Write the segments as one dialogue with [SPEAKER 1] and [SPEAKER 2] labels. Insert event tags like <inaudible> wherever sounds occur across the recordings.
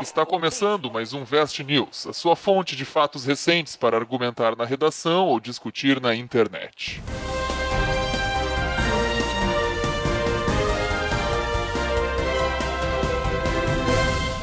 [SPEAKER 1] Está começando mais um Vest News, a sua fonte de fatos recentes para argumentar na redação ou discutir na internet.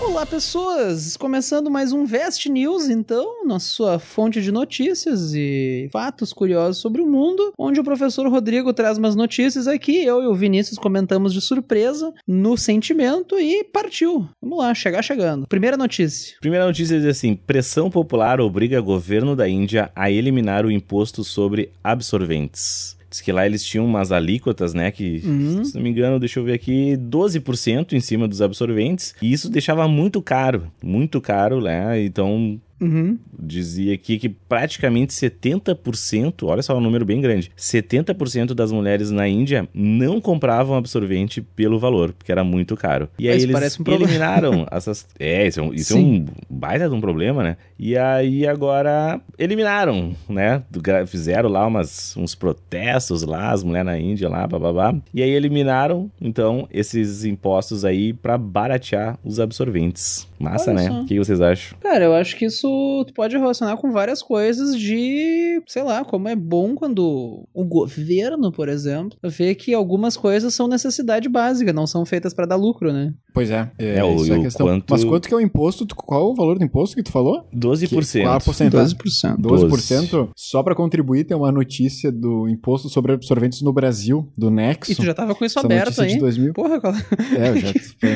[SPEAKER 2] Olá, pessoas! Começando mais um Vest News, então, nossa sua fonte de notícias e fatos curiosos sobre o mundo, onde o professor Rodrigo traz umas notícias aqui, eu e o Vinícius comentamos de surpresa, no sentimento e partiu. Vamos lá, chegar chegando. Primeira notícia.
[SPEAKER 3] Primeira notícia diz assim: pressão popular obriga governo da Índia a eliminar o imposto sobre absorventes. Diz que lá eles tinham umas alíquotas, né? Que,
[SPEAKER 2] Uhum.
[SPEAKER 3] se não me engano, deixa eu ver aqui, 12% em cima dos absorventes. E isso deixava muito caro, muito caro, né? Então,
[SPEAKER 2] Uhum.
[SPEAKER 3] dizia aqui que praticamente 70%, olha só, um número bem grande, 70% das mulheres na Índia não compravam absorvente pelo valor, porque era muito caro. E aí
[SPEAKER 2] Isso
[SPEAKER 3] eles
[SPEAKER 2] parece um problema. <laughs>
[SPEAKER 3] eliminaram essas... É, isso é um, isso é um baita de um problema, né? E aí agora eliminaram, né? Do gra- Fizeram lá umas, uns protestos lá, as mulheres na Índia lá, bababá. E aí eliminaram, então, esses impostos aí pra baratear os absorventes. Massa,
[SPEAKER 2] Olha
[SPEAKER 3] né?
[SPEAKER 2] só.
[SPEAKER 3] O que vocês acham?
[SPEAKER 2] Cara, eu acho que isso tu pode relacionar com várias coisas de, sei lá, como é bom quando o governo, por exemplo, vê que algumas coisas são necessidade básica, não são feitas pra dar lucro, né?
[SPEAKER 4] Pois é, é,
[SPEAKER 3] É, o-
[SPEAKER 4] isso é
[SPEAKER 3] o
[SPEAKER 4] a questão.
[SPEAKER 3] quanto-
[SPEAKER 4] Mas quanto que é o imposto? Tu- Qual o valor do imposto que tu falou?
[SPEAKER 3] 12%.
[SPEAKER 4] Qual a
[SPEAKER 2] Tá.
[SPEAKER 4] porcentagem?
[SPEAKER 2] 12%.
[SPEAKER 4] 12%. Só pra contribuir, tem uma notícia do imposto sobre absorventes no Brasil, do Nexo.
[SPEAKER 2] E tu já tava com isso
[SPEAKER 4] Essa
[SPEAKER 2] aberto
[SPEAKER 4] notícia
[SPEAKER 2] aí.
[SPEAKER 4] de 2000.
[SPEAKER 2] Porra, qual...
[SPEAKER 4] É,
[SPEAKER 2] <laughs>
[SPEAKER 4] eu já...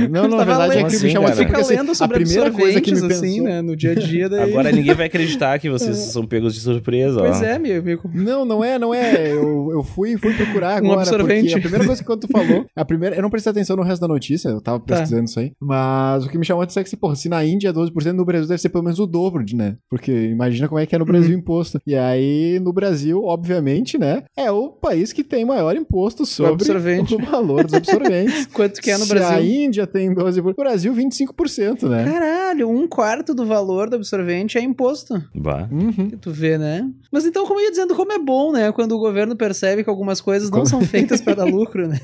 [SPEAKER 4] Não, não,
[SPEAKER 2] Tava
[SPEAKER 4] na verdade é
[SPEAKER 2] lendo
[SPEAKER 4] que
[SPEAKER 3] assim,
[SPEAKER 4] me chamou
[SPEAKER 3] cara.
[SPEAKER 4] atenção,
[SPEAKER 2] fica
[SPEAKER 4] porque, assim,
[SPEAKER 2] lendo sobre
[SPEAKER 4] a primeira coisa que me
[SPEAKER 2] absorventes,
[SPEAKER 4] pensou...
[SPEAKER 2] assim, né? No dia a dia daí.
[SPEAKER 3] Agora ninguém vai acreditar que vocês
[SPEAKER 4] É.
[SPEAKER 3] são pegos de surpresa,
[SPEAKER 2] Pois
[SPEAKER 3] ó.
[SPEAKER 2] é, meu amigo.
[SPEAKER 4] Não, não é, não é. Eu, eu fui, fui procurar
[SPEAKER 2] Um
[SPEAKER 4] agora.
[SPEAKER 2] absorvente.
[SPEAKER 4] Porque a primeira coisa que tu falou, a primeira, eu não prestei atenção no resto da notícia, eu
[SPEAKER 2] Tá.
[SPEAKER 4] tava pesquisando isso aí. Mas o que me chamou a atenção é que, se, porra, se na Índia é 12%, no Brasil deve ser pelo menos o dobro, de, né? Porque imagina como é
[SPEAKER 2] Uhum.
[SPEAKER 4] que é no Brasil o imposto. E aí, no Brasil, obviamente, né? É o país que tem maior imposto sobre
[SPEAKER 2] absorvente.
[SPEAKER 4] <laughs> o valor dos absorventes.
[SPEAKER 2] Quanto <laughs> que é no
[SPEAKER 4] Se a
[SPEAKER 2] Brasil?
[SPEAKER 4] Índia tem 12%, no Brasil 25%, né?
[SPEAKER 2] Caralho, um quarto do valor do absorvente é imposto.
[SPEAKER 3] Bah.
[SPEAKER 4] Uhum. <laughs>
[SPEAKER 2] Que tu vê, né? Mas então, como eu ia dizendo, como é bom, né? Quando o governo percebe que algumas coisas não
[SPEAKER 4] Como-
[SPEAKER 2] são feitas pra dar lucro, né?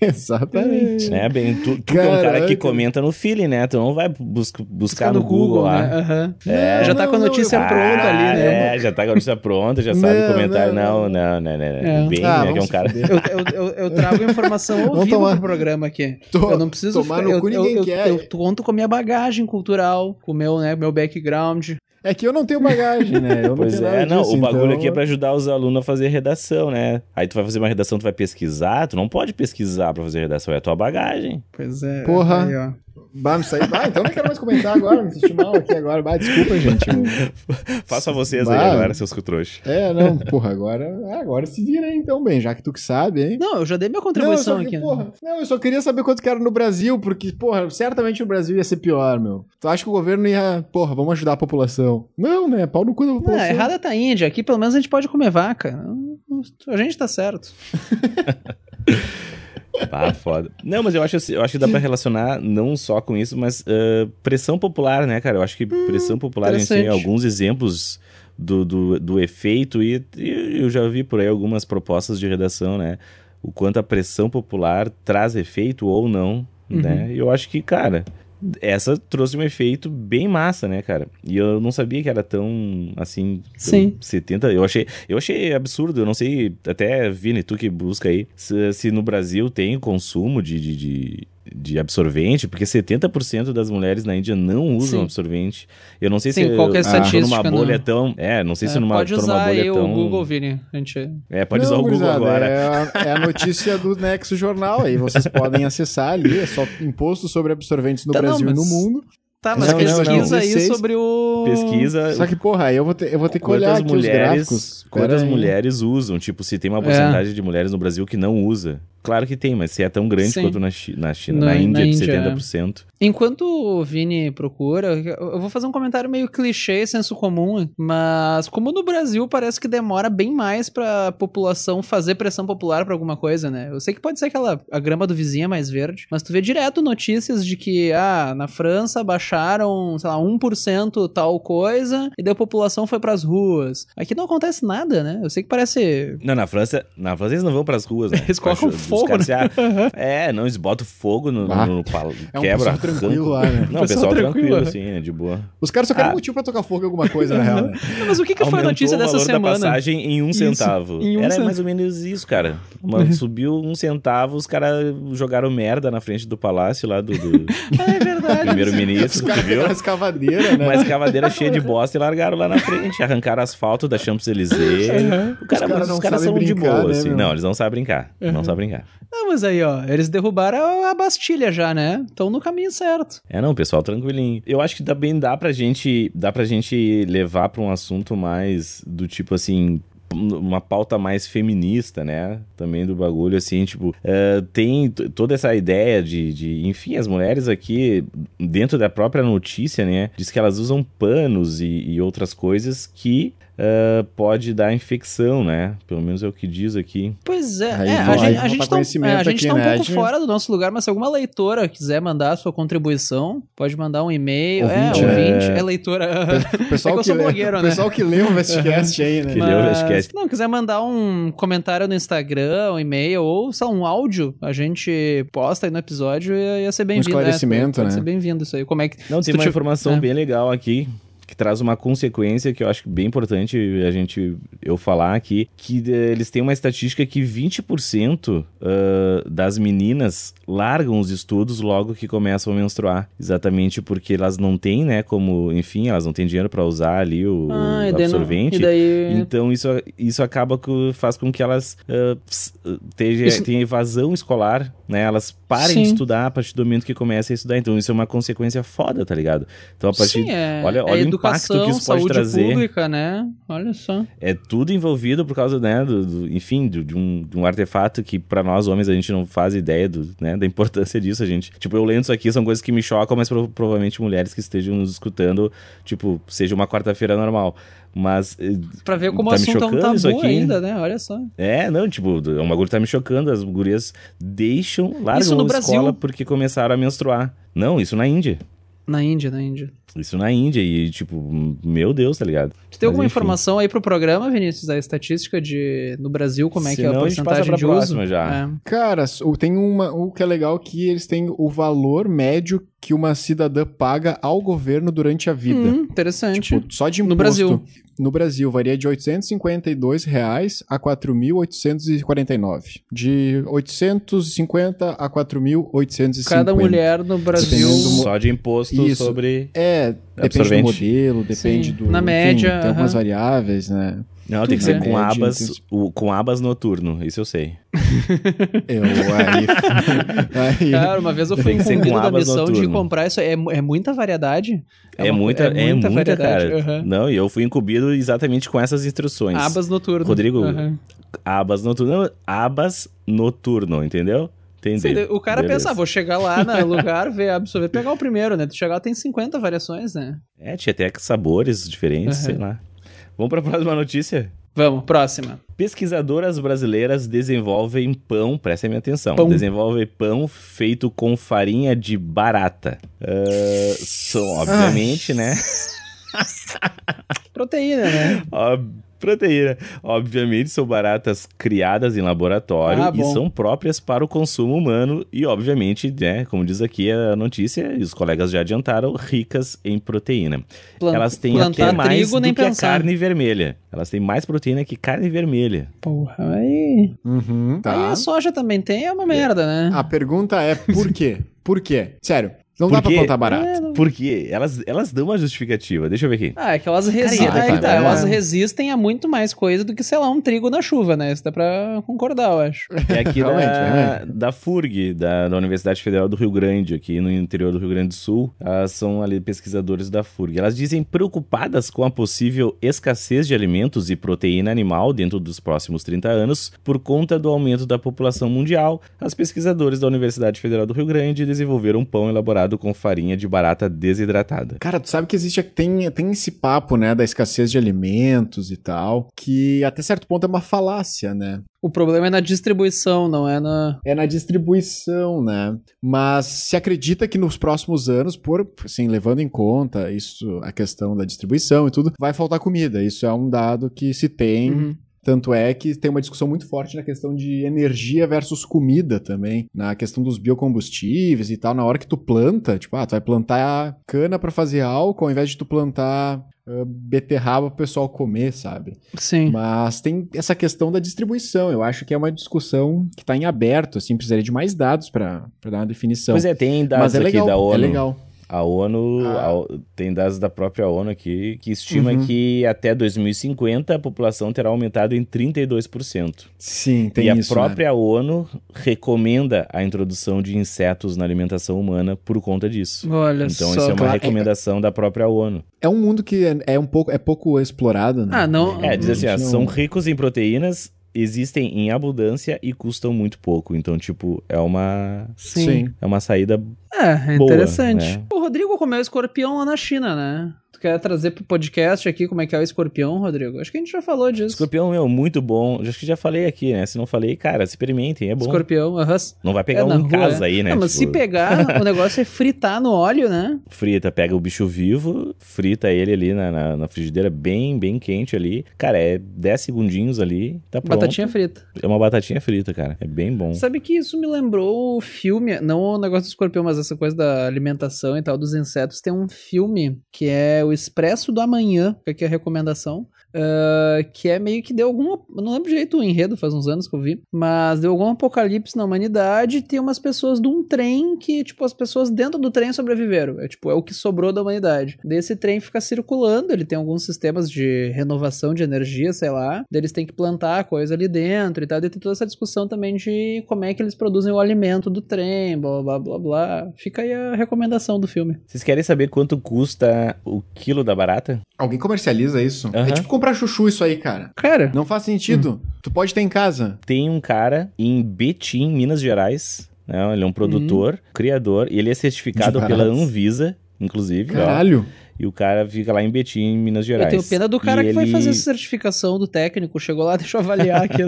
[SPEAKER 4] Exatamente.
[SPEAKER 3] Né, Ben? Tu, tu que é um cara
[SPEAKER 4] Caraca.
[SPEAKER 3] que comenta no feeling, né? Tu não vai busca- buscar
[SPEAKER 2] Fica
[SPEAKER 3] no, Google, lá.
[SPEAKER 2] né? Aham.
[SPEAKER 4] É,
[SPEAKER 2] já tá com a
[SPEAKER 4] não, não,
[SPEAKER 2] notícia
[SPEAKER 4] eu-
[SPEAKER 2] pronta ali, né?
[SPEAKER 3] É, já tá com a notícia pronta, já sabe
[SPEAKER 4] <laughs> Não,
[SPEAKER 3] comentar. Não,
[SPEAKER 4] não,
[SPEAKER 3] não, não, não.
[SPEAKER 2] É.
[SPEAKER 3] não. Bem,
[SPEAKER 4] Ah,
[SPEAKER 3] né? Que é
[SPEAKER 4] vamos
[SPEAKER 3] um
[SPEAKER 4] se
[SPEAKER 3] cara.
[SPEAKER 4] fuder.
[SPEAKER 2] Eu, eu, eu, eu trago informação ao
[SPEAKER 4] <laughs> Vamos
[SPEAKER 2] vivo
[SPEAKER 4] tomar-
[SPEAKER 2] pro programa aqui.
[SPEAKER 4] Tô-
[SPEAKER 2] eu não preciso
[SPEAKER 4] tomar
[SPEAKER 2] ficar-
[SPEAKER 4] no
[SPEAKER 2] eu,
[SPEAKER 4] cu ninguém
[SPEAKER 2] eu, eu,
[SPEAKER 4] quer.
[SPEAKER 2] eu conto com a minha bagagem cultural, com o meu, né, meu background.
[SPEAKER 4] É que eu não tenho bagagem, né?
[SPEAKER 3] <laughs>
[SPEAKER 4] Eu
[SPEAKER 3] Pois
[SPEAKER 4] não tenho
[SPEAKER 3] é,
[SPEAKER 4] nada
[SPEAKER 3] não,
[SPEAKER 4] disso,
[SPEAKER 3] o bagulho
[SPEAKER 4] então-
[SPEAKER 3] aqui é pra ajudar os alunos a fazer redação, né? Aí tu vai fazer uma redação, tu vai pesquisar, tu não pode pesquisar pra fazer redação, é a tua bagagem.
[SPEAKER 2] Pois é.
[SPEAKER 4] Porra.
[SPEAKER 2] aí, ó.
[SPEAKER 4] Bah, me saí. Bah, então eu não quero mais comentar agora, me senti mal aqui agora. Bah, desculpa, gente.
[SPEAKER 3] Faça vocês aí
[SPEAKER 4] Bah.
[SPEAKER 3] agora, seus cutrouxos.
[SPEAKER 4] É, não, porra, agora, ah, agora se vira aí, então, bem, já que tu que sabe, hein?
[SPEAKER 2] Não, eu já dei minha
[SPEAKER 4] Não eu,
[SPEAKER 2] contribuição
[SPEAKER 4] só,
[SPEAKER 2] aqui. né?
[SPEAKER 4] porra, não, eu só queria saber quanto que era no Brasil, porque, porra, certamente no Brasil ia ser pior, meu. Tu acha que o governo ia, porra, vamos ajudar a população? Não, né? Pau no cu da
[SPEAKER 2] Não,
[SPEAKER 4] população.
[SPEAKER 2] errada tá a Índia. Aqui pelo menos a gente pode comer vaca. A gente tá certo.
[SPEAKER 3] Ah, foda. Não, mas eu acho, assim- eu acho que dá pra relacionar não só com isso, mas ah, pressão popular, né, cara? Eu acho que pressão popular, a gente tem
[SPEAKER 2] interessante.
[SPEAKER 3] alguns exemplos do, do, do efeito e, e eu já vi por aí algumas propostas de redação, né? O quanto a pressão popular traz efeito ou não, né? E eu acho que, cara, essa trouxe um efeito bem massa, né, cara? E eu não sabia que era tão, assim, tão
[SPEAKER 2] Sim.
[SPEAKER 3] 70, eu achei, eu achei absurdo, eu não sei, até Vini, tu que busca aí, se, se no Brasil tem consumo de, de, de, de absorvente, porque 70% das mulheres na Índia não usam
[SPEAKER 2] Sim.
[SPEAKER 3] absorvente. Eu não sei
[SPEAKER 2] Sim,
[SPEAKER 3] se
[SPEAKER 2] qualquer
[SPEAKER 3] eu- eu tô
[SPEAKER 2] estatística,
[SPEAKER 3] numa bolha
[SPEAKER 2] não.
[SPEAKER 3] tão... É, não sei se
[SPEAKER 2] É,
[SPEAKER 3] numa,
[SPEAKER 2] pode
[SPEAKER 3] tô numa
[SPEAKER 2] usar
[SPEAKER 3] bolha
[SPEAKER 2] aí o
[SPEAKER 3] tão...
[SPEAKER 2] Google, Vini. A gente...
[SPEAKER 3] É, pode
[SPEAKER 4] Não,
[SPEAKER 3] usar o Google
[SPEAKER 4] gurizada,
[SPEAKER 3] agora.
[SPEAKER 4] É a, é a notícia do Nexo Jornal aí, vocês podem acessar ali, é só imposto sobre absorventes no
[SPEAKER 2] Tá, não,
[SPEAKER 4] Brasil e no
[SPEAKER 2] mas-
[SPEAKER 4] mundo.
[SPEAKER 2] Tá, mas
[SPEAKER 3] Não, não,
[SPEAKER 2] pesquisa
[SPEAKER 3] não.
[SPEAKER 2] aí
[SPEAKER 4] 16
[SPEAKER 2] sobre o...
[SPEAKER 3] Pesquisa
[SPEAKER 4] Só que, porra, aí eu vou ter, eu vou ter que olhar
[SPEAKER 3] quantas
[SPEAKER 4] aqui os
[SPEAKER 3] mulheres,
[SPEAKER 4] gráficos.
[SPEAKER 3] quantas
[SPEAKER 4] Pera aí.
[SPEAKER 3] mulheres usam, tipo, se tem uma
[SPEAKER 2] É.
[SPEAKER 3] porcentagem de mulheres no Brasil que não usa. Claro que tem, mas se é tão grande
[SPEAKER 2] Sim.
[SPEAKER 3] quanto na, Chi- na China,
[SPEAKER 2] Na-
[SPEAKER 3] na,
[SPEAKER 2] na
[SPEAKER 3] Índia, de
[SPEAKER 2] Índia, é.
[SPEAKER 3] 70%.
[SPEAKER 2] Enquanto o Vini procura, eu vou fazer um comentário meio clichê, senso comum, mas como no Brasil parece que demora bem mais pra população fazer pressão popular pra alguma coisa, né? Eu sei que pode ser aquela a grama do vizinho é mais verde, mas tu vê direto notícias de que, ah, na França baixaram, sei lá, 1% tal coisa, e daí a população foi pras ruas. Aqui não acontece nada, né? Eu sei que parece
[SPEAKER 3] Não, na França, na França eles não vão pras ruas, né?
[SPEAKER 2] <laughs> Eles colocam
[SPEAKER 3] Acho-
[SPEAKER 2] fogo,
[SPEAKER 3] os caras
[SPEAKER 2] né?
[SPEAKER 3] se-
[SPEAKER 2] <laughs>
[SPEAKER 3] É, não, eles botam fogo no,
[SPEAKER 4] Ah.
[SPEAKER 3] no, no palo,
[SPEAKER 4] É um
[SPEAKER 3] quebra,
[SPEAKER 4] pessoal tranquilo
[SPEAKER 3] arranca.
[SPEAKER 4] lá, né?
[SPEAKER 3] Não,
[SPEAKER 2] Pessoal
[SPEAKER 3] o pessoal tranquilo,
[SPEAKER 2] tranquilo, né?
[SPEAKER 3] assim, né, de boa.
[SPEAKER 4] Os caras só querem
[SPEAKER 3] Ah.
[SPEAKER 4] motivo pra tocar fogo em alguma coisa, na
[SPEAKER 3] <laughs>
[SPEAKER 4] real, né?
[SPEAKER 2] Não, Mas o que, que foi a
[SPEAKER 3] Aumentou
[SPEAKER 2] notícia
[SPEAKER 3] o
[SPEAKER 2] dessa
[SPEAKER 3] valor
[SPEAKER 2] semana?
[SPEAKER 3] da passagem em um
[SPEAKER 2] Isso,
[SPEAKER 3] centavo.
[SPEAKER 2] em um
[SPEAKER 3] Era
[SPEAKER 2] centavo.
[SPEAKER 3] mais ou menos isso, cara.
[SPEAKER 2] <laughs>
[SPEAKER 3] Mano, subiu um centavo, os caras jogaram merda na frente do palácio lá do,
[SPEAKER 2] <laughs>
[SPEAKER 3] do
[SPEAKER 2] Ah, é verdade.
[SPEAKER 4] Os
[SPEAKER 3] primeiro-ministro, tu
[SPEAKER 4] caras
[SPEAKER 2] <laughs>
[SPEAKER 3] viu?
[SPEAKER 4] pegaram a escavadeira, né?
[SPEAKER 3] Uma escavadeira cheia de bosta e largaram lá na frente. Arrancaram asfalto
[SPEAKER 2] <laughs>
[SPEAKER 3] da Champs-Élysées.
[SPEAKER 2] Aham.
[SPEAKER 3] O cara,
[SPEAKER 4] Os caras
[SPEAKER 3] mas
[SPEAKER 4] não
[SPEAKER 3] os caras
[SPEAKER 4] sabem
[SPEAKER 3] são de
[SPEAKER 4] brincar,
[SPEAKER 3] boa,
[SPEAKER 4] né,
[SPEAKER 3] assim.
[SPEAKER 4] meu?
[SPEAKER 3] Não, eles não sabem brincar.
[SPEAKER 2] Uhum.
[SPEAKER 3] Não sabem brincar.
[SPEAKER 2] Não, Ah, mas aí, ó, eles derrubaram a Bastilha já, né? Estão no caminho certo.
[SPEAKER 3] É, não, pessoal, tranquilinho. Eu acho que também dá pra gente, dá pra gente levar pra um assunto mais do tipo assim, uma pauta mais feminista, né? Também do bagulho, assim, tipo, eh, tem t- toda essa ideia de, de, enfim, as mulheres aqui, dentro da própria notícia, né? Diz que elas usam panos e, e outras coisas que eh, pode dar infecção, né? Pelo menos é o que diz aqui.
[SPEAKER 2] Pois é,
[SPEAKER 4] Aí
[SPEAKER 2] é, a,
[SPEAKER 4] vão- aí
[SPEAKER 2] gente, a,
[SPEAKER 4] vão
[SPEAKER 2] gente tá,
[SPEAKER 4] pra
[SPEAKER 2] um- é, a
[SPEAKER 4] conhecimento
[SPEAKER 2] gente
[SPEAKER 4] aqui,
[SPEAKER 2] tá um
[SPEAKER 4] né?
[SPEAKER 2] pouco
[SPEAKER 4] A gente-
[SPEAKER 2] fora do nosso lugar, mas se alguma leitora quiser mandar a sua contribuição, pode mandar um e-mail.
[SPEAKER 4] Ouvinte,
[SPEAKER 2] é,
[SPEAKER 4] né?
[SPEAKER 2] ouvinte, é,
[SPEAKER 4] <laughs>
[SPEAKER 2] leitora.
[SPEAKER 4] O
[SPEAKER 2] É
[SPEAKER 4] pessoal
[SPEAKER 2] que eu
[SPEAKER 4] que,
[SPEAKER 2] sou
[SPEAKER 4] lê-
[SPEAKER 2] blogueiro,
[SPEAKER 4] o
[SPEAKER 2] né?
[SPEAKER 4] pessoal que lê
[SPEAKER 3] <laughs>
[SPEAKER 4] o Westcast aí, né?
[SPEAKER 3] Que leu o
[SPEAKER 2] Mas,
[SPEAKER 3] Westcast.
[SPEAKER 2] não, quiser mandar um comentário no Instagram, um e-mail ou só um áudio, a gente posta aí no episódio e ia ser bem-vindo. né?
[SPEAKER 4] esclarecimento,
[SPEAKER 2] Pode
[SPEAKER 4] né?
[SPEAKER 2] ser bem-vindo isso aí. Como é que...
[SPEAKER 3] Não,
[SPEAKER 2] se
[SPEAKER 3] tem
[SPEAKER 2] tu
[SPEAKER 3] uma
[SPEAKER 2] tiver-
[SPEAKER 3] informação
[SPEAKER 2] é.
[SPEAKER 3] bem legal aqui que traz uma consequência que eu acho que bem importante a gente eu falar aqui que eh, eles têm uma estatística que 20% ah, das meninas largam os estudos logo que começam a menstruar exatamente porque elas não têm né como enfim elas não têm dinheiro pra usar ali o,
[SPEAKER 2] Ah, e daí
[SPEAKER 3] o
[SPEAKER 2] não-
[SPEAKER 3] absorvente
[SPEAKER 2] E daí...
[SPEAKER 3] então isso, isso acaba que faz com que elas ah, ps- ah, teja-
[SPEAKER 2] Isso-
[SPEAKER 3] tenham evasão escolar, né? Elas parem de
[SPEAKER 2] Sim.
[SPEAKER 3] estudar a partir do momento que começam a estudar. Então isso é uma consequência foda, tá ligado? Então a partir
[SPEAKER 2] Sim, é,
[SPEAKER 3] olha-
[SPEAKER 2] é
[SPEAKER 3] olha o
[SPEAKER 2] educação,
[SPEAKER 3] impacto que isso pode
[SPEAKER 2] saúde
[SPEAKER 3] trazer.
[SPEAKER 2] pública, né? Olha só.
[SPEAKER 3] é tudo envolvido por causa, né, do, do- enfim, do- de, um, de um artefato que pra nós homens a gente não faz ideia do, né, da importância <laughs> disso, a gente. Tipo, eu lendo isso aqui são coisas que me chocam, mas prova- provavelmente mulheres que estejam nos escutando, tipo, seja uma quarta-feira normal. Mas eh,
[SPEAKER 2] Pra ver como
[SPEAKER 3] Tá
[SPEAKER 2] o
[SPEAKER 3] me
[SPEAKER 2] assunto é um
[SPEAKER 3] chocando
[SPEAKER 2] tabu
[SPEAKER 3] isso aqui, hein?
[SPEAKER 2] ainda, né? Olha só.
[SPEAKER 3] É, não, tipo, é um bagulho que tá me chocando. As gurias deixam,
[SPEAKER 2] Isso
[SPEAKER 3] largam
[SPEAKER 2] no
[SPEAKER 3] a
[SPEAKER 2] Brasil.
[SPEAKER 3] escola porque começaram a menstruar. Não, isso na Índia.
[SPEAKER 2] Na Índia, na Índia.
[SPEAKER 3] Isso na Índia. E, tipo, meu Deus, tá ligado?
[SPEAKER 2] Tu tem
[SPEAKER 3] Mas,
[SPEAKER 2] alguma
[SPEAKER 3] enfim.
[SPEAKER 2] informação aí pro programa, Vinícius? A estatística de no Brasil, como é que é a
[SPEAKER 3] Senão a gente passa
[SPEAKER 2] porcentagem
[SPEAKER 3] pra
[SPEAKER 2] de
[SPEAKER 3] próxima
[SPEAKER 2] uso?
[SPEAKER 3] já. Uhum,
[SPEAKER 2] É.
[SPEAKER 4] Cara, o- tem uma, o que é legal é que eles têm o valor médio que uma cidadã paga ao governo durante a vida.
[SPEAKER 2] Hum, interessante.
[SPEAKER 4] Tipo, só de
[SPEAKER 2] No
[SPEAKER 4] imposto.
[SPEAKER 2] Brasil.
[SPEAKER 4] No Brasil, varia de R$ 852 reais a 4.849. De 850 a 4.850.
[SPEAKER 2] Cada mulher no Brasil.
[SPEAKER 4] Dependendo do-
[SPEAKER 3] Só de imposto
[SPEAKER 4] Isso.
[SPEAKER 3] sobre.
[SPEAKER 4] É, depende do
[SPEAKER 3] Absorvente.
[SPEAKER 4] modelo, depende
[SPEAKER 2] Sim.
[SPEAKER 4] do...
[SPEAKER 2] Na
[SPEAKER 4] enfim,
[SPEAKER 2] média,
[SPEAKER 4] Tem algumas
[SPEAKER 2] aham.
[SPEAKER 4] variáveis, né?
[SPEAKER 3] Não, tem que ser
[SPEAKER 2] Tudo
[SPEAKER 3] com
[SPEAKER 4] bem.
[SPEAKER 3] abas, o- com abas noturno, isso eu sei.
[SPEAKER 2] <laughs>
[SPEAKER 4] Eu, aí... aí
[SPEAKER 2] Cara, uma vez eu fui
[SPEAKER 3] Tem que ser com
[SPEAKER 2] incumbido da
[SPEAKER 3] abas
[SPEAKER 2] missão de
[SPEAKER 3] noturno.
[SPEAKER 2] comprar isso. É, mu- é muita variedade.
[SPEAKER 3] É,
[SPEAKER 2] uma-
[SPEAKER 3] muita, é muita, cara.
[SPEAKER 2] aham.
[SPEAKER 3] Não, e eu fui incumbido exatamente com essas instruções.
[SPEAKER 2] Abas noturno.
[SPEAKER 3] Rodrigo,
[SPEAKER 2] Aham.
[SPEAKER 3] Abas noturno. Abas noturno, entendeu?
[SPEAKER 2] Sim,
[SPEAKER 3] Entendeu?
[SPEAKER 2] o cara
[SPEAKER 3] Beleza.
[SPEAKER 2] pensa, ah, vou chegar lá no lugar, ver, absorver, pegar o primeiro, né? Tu chegar lá tem 50 variações, né?
[SPEAKER 3] É, tinha até sabores diferentes,
[SPEAKER 2] Aham.
[SPEAKER 3] sei lá. Vamos pra próxima notícia?
[SPEAKER 2] Vamos, próxima.
[SPEAKER 3] Pesquisadoras brasileiras desenvolvem pão, prestem minha atenção,
[SPEAKER 2] Pão.
[SPEAKER 3] desenvolvem pão feito com farinha de barata. Ah, são, obviamente, né?
[SPEAKER 2] Proteína, né?
[SPEAKER 3] Ó, proteína. Obviamente são baratas criadas em laboratório
[SPEAKER 2] Ah,
[SPEAKER 3] e
[SPEAKER 2] bom.
[SPEAKER 3] são próprias para o consumo humano e, obviamente, né, como diz aqui a notícia, e os colegas já adiantaram, ricas em proteína.
[SPEAKER 2] Plan-
[SPEAKER 3] Elas têm
[SPEAKER 2] plantar
[SPEAKER 3] até mais
[SPEAKER 2] trigo,
[SPEAKER 3] do
[SPEAKER 2] nem
[SPEAKER 3] que a
[SPEAKER 2] pensar.
[SPEAKER 3] carne vermelha. Elas têm mais proteína que carne vermelha.
[SPEAKER 2] Porra, aí...
[SPEAKER 4] Uhum,
[SPEAKER 2] Aí
[SPEAKER 4] tá.
[SPEAKER 2] a soja também tem, é uma merda, né?
[SPEAKER 3] Ah.
[SPEAKER 4] A pergunta é por quê? Por quê? Sério, não
[SPEAKER 3] Por
[SPEAKER 4] dá pra
[SPEAKER 3] quê?
[SPEAKER 4] plantar barato.
[SPEAKER 2] É, não-
[SPEAKER 3] Por quê? Elas, elas dão uma justificativa. Deixa eu ver aqui.
[SPEAKER 2] Ah, é que elas,
[SPEAKER 3] né,
[SPEAKER 2] resi...
[SPEAKER 4] Cara, e-
[SPEAKER 2] aí
[SPEAKER 4] ah,
[SPEAKER 2] tá,
[SPEAKER 4] tá,
[SPEAKER 2] elas
[SPEAKER 4] é.
[SPEAKER 2] resistem a muito mais coisa do que, sei lá, um trigo na chuva, né? Isso dá pra concordar, eu acho.
[SPEAKER 3] É
[SPEAKER 4] <laughs>
[SPEAKER 3] aqui
[SPEAKER 4] Realmente,
[SPEAKER 3] da,
[SPEAKER 4] realmente.
[SPEAKER 3] da FURG, da, da Universidade Federal do Rio Grande, aqui no interior do Rio Grande do Sul. Elas são ali pesquisadores da FURG. Elas dizem preocupadas com a possível escassez de alimentos e proteína animal dentro dos próximos 30 anos por conta do aumento da população mundial. As pesquisadores da Universidade Federal do Rio Grande desenvolveram um pão elaborado com farinha de barata desidratada.
[SPEAKER 4] Cara, tu sabe que existe tem, tem esse papo, né, da escassez de alimentos e tal, que até certo ponto é uma falácia, né?
[SPEAKER 2] O problema é na distribuição, não é na.
[SPEAKER 4] É na distribuição, né? Mas se acredita que nos próximos anos, por assim, levando em conta isso, a questão da distribuição e tudo, vai faltar comida. Isso é um dado que se tem
[SPEAKER 2] Uhum.
[SPEAKER 4] Tanto é que tem uma discussão muito forte na questão de energia versus comida também, na questão dos biocombustíveis e tal. Na hora que tu planta, tipo, ah, tu vai plantar cana pra fazer álcool, ao invés de tu plantar ah, beterraba pro pessoal comer, sabe?
[SPEAKER 2] Sim.
[SPEAKER 4] Mas tem essa questão da distribuição. Eu acho que é uma discussão que tá em aberto, assim, precisaria de mais dados pra pra dar uma definição.
[SPEAKER 3] Pois é, tem dados
[SPEAKER 4] Mas é legal,
[SPEAKER 3] aqui da ONU.
[SPEAKER 4] é legal.
[SPEAKER 3] A ONU,
[SPEAKER 4] Ah.
[SPEAKER 3] a o- tem dados da própria ONU aqui, que estima
[SPEAKER 4] Uhum.
[SPEAKER 3] que até 2050 a população terá aumentado em 32%.
[SPEAKER 4] Sim, tem
[SPEAKER 3] e a
[SPEAKER 4] isso, né?
[SPEAKER 3] própria ONU recomenda a introdução de insetos na alimentação humana por conta disso.
[SPEAKER 2] Olha
[SPEAKER 3] então,
[SPEAKER 2] só.
[SPEAKER 3] isso é uma
[SPEAKER 2] cara.
[SPEAKER 4] claro.
[SPEAKER 3] recomendação da própria ONU.
[SPEAKER 4] É um mundo que é, é um pouco, é pouco explorado, né?
[SPEAKER 2] Ah, não-
[SPEAKER 3] É, diz assim,
[SPEAKER 4] A
[SPEAKER 3] ó,
[SPEAKER 4] gente
[SPEAKER 3] são
[SPEAKER 4] não-
[SPEAKER 3] ricos em proteínas, existem em abundância e custam muito pouco. Então, tipo, é uma,
[SPEAKER 2] Sim.
[SPEAKER 4] Sim.
[SPEAKER 3] é uma saída
[SPEAKER 2] É, é
[SPEAKER 3] Boa,
[SPEAKER 2] interessante.
[SPEAKER 3] né?
[SPEAKER 2] O Rodrigo comeu escorpião lá na China, né? Tu quer trazer pro podcast aqui como é que é o escorpião, Rodrigo? Acho que a gente já falou disso.
[SPEAKER 3] Escorpião, meu, muito bom. Acho que já falei aqui, né? Se não falei, cara, experimentem, é bom.
[SPEAKER 2] Escorpião, aham.
[SPEAKER 3] Não vai pegar
[SPEAKER 2] É,
[SPEAKER 3] um
[SPEAKER 2] na
[SPEAKER 3] em
[SPEAKER 2] rua,
[SPEAKER 3] casa aí, né?
[SPEAKER 2] Não, mas
[SPEAKER 3] Tipo,
[SPEAKER 2] se pegar, o negócio é fritar no óleo, né?
[SPEAKER 3] Frita, pega o bicho vivo, frita ele ali na, na, na frigideira, bem, bem quente ali. Cara, é 10 segundinhos ali, tá pronto.
[SPEAKER 2] Batatinha frita.
[SPEAKER 3] É uma batatinha frita, cara. É bem bom.
[SPEAKER 2] Sabe que isso me lembrou o filme, não o negócio do escorpião, mas essa coisa da alimentação e tal, dos insetos. Tem um filme que é O Expresso do Amanhã, que aqui é a recomendação. ah, que é meio que deu algum. eu Não lembro direito o enredo, faz uns anos que eu vi. Mas deu algum apocalipse na humanidade e tem umas pessoas de um trem que, tipo, as pessoas dentro do trem sobreviveram. É tipo, é o que sobrou da humanidade. Desse trem fica circulando, ele tem alguns sistemas de renovação de energia, sei lá. Daí Eles têm que plantar coisa ali dentro e tal. Daí tem toda essa discussão também de como é que eles produzem o alimento do trem, blá blá blá blá. Fica aí a recomendação do filme.
[SPEAKER 3] Vocês querem saber quanto custa o quilo da barata?
[SPEAKER 4] Alguém comercializa isso? É
[SPEAKER 3] Aham.
[SPEAKER 4] tipo comprar chuchu isso aí, cara.
[SPEAKER 2] Cara,
[SPEAKER 4] Não faz sentido. Tu pode ter em casa.
[SPEAKER 3] Tem um cara em Betim, Minas Gerais. Né? Ele é um produtor,
[SPEAKER 2] Hum.
[SPEAKER 3] criador, e ele é certificado
[SPEAKER 4] De
[SPEAKER 3] pela
[SPEAKER 4] baratas.
[SPEAKER 3] Anvisa, inclusive. ó.
[SPEAKER 4] Caralho.
[SPEAKER 3] E o cara fica lá em Betim, em Minas
[SPEAKER 2] eu
[SPEAKER 3] Gerais.
[SPEAKER 2] tenho pena do cara
[SPEAKER 3] E
[SPEAKER 2] que foi
[SPEAKER 3] ele-
[SPEAKER 2] fazer essa certificação do técnico, chegou lá, <laughs> deixa eu avaliar aqui.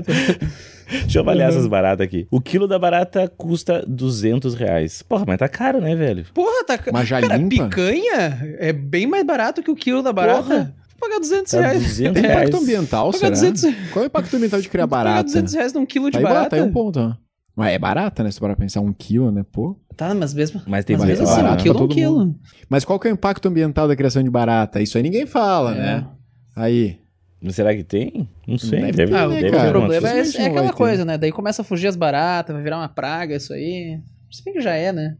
[SPEAKER 3] Deixa eu avaliar
[SPEAKER 2] Uhum.
[SPEAKER 3] essas baratas aqui. O quilo da barata custa 200 reais. Porra, mas tá caro, né, velho?
[SPEAKER 2] Porra, tá.
[SPEAKER 4] Mas já
[SPEAKER 2] Cara,
[SPEAKER 4] limpa?
[SPEAKER 2] picanha é bem mais barato que o quilo da barata.
[SPEAKER 3] Porra.
[SPEAKER 2] Vou pagar 200
[SPEAKER 3] Tá
[SPEAKER 2] reais. É.
[SPEAKER 3] 200
[SPEAKER 4] Tem
[SPEAKER 3] reais.
[SPEAKER 4] impacto ambiental,
[SPEAKER 2] Vou pagar
[SPEAKER 4] será?
[SPEAKER 2] 200
[SPEAKER 4] Qual é o impacto ambiental de criar
[SPEAKER 2] Vou pagar
[SPEAKER 4] barata?
[SPEAKER 2] 200 reais num quilo de
[SPEAKER 4] Tá aí,
[SPEAKER 2] barata.
[SPEAKER 4] barata, aí um ponto, ó. Mas é barata, né? Se parar pra pensar um quilo, né? Pô.
[SPEAKER 2] Tá, mas mesmo.
[SPEAKER 3] Mas tem
[SPEAKER 2] mas
[SPEAKER 3] mais
[SPEAKER 2] mesmo
[SPEAKER 4] barata
[SPEAKER 2] assim, um
[SPEAKER 4] barata
[SPEAKER 2] quilo
[SPEAKER 4] pra
[SPEAKER 2] é um
[SPEAKER 4] todo
[SPEAKER 2] quilo.
[SPEAKER 4] Mas qual que é o impacto ambiental da criação de barata? Isso aí ninguém fala,
[SPEAKER 2] É.
[SPEAKER 4] né? Aí. Será que tem?
[SPEAKER 3] Não sei.
[SPEAKER 4] Deve
[SPEAKER 3] Deve,
[SPEAKER 4] ter, né,
[SPEAKER 3] deve
[SPEAKER 4] cara?
[SPEAKER 3] ter
[SPEAKER 2] Ah, o
[SPEAKER 3] uma
[SPEAKER 2] problema é,
[SPEAKER 4] Simplesmente
[SPEAKER 2] é
[SPEAKER 4] não vai
[SPEAKER 2] aquela
[SPEAKER 4] ter.
[SPEAKER 2] coisa, né? Daí começa a fugir as baratas, vai virar uma praga isso aí. Se bem que já é, né?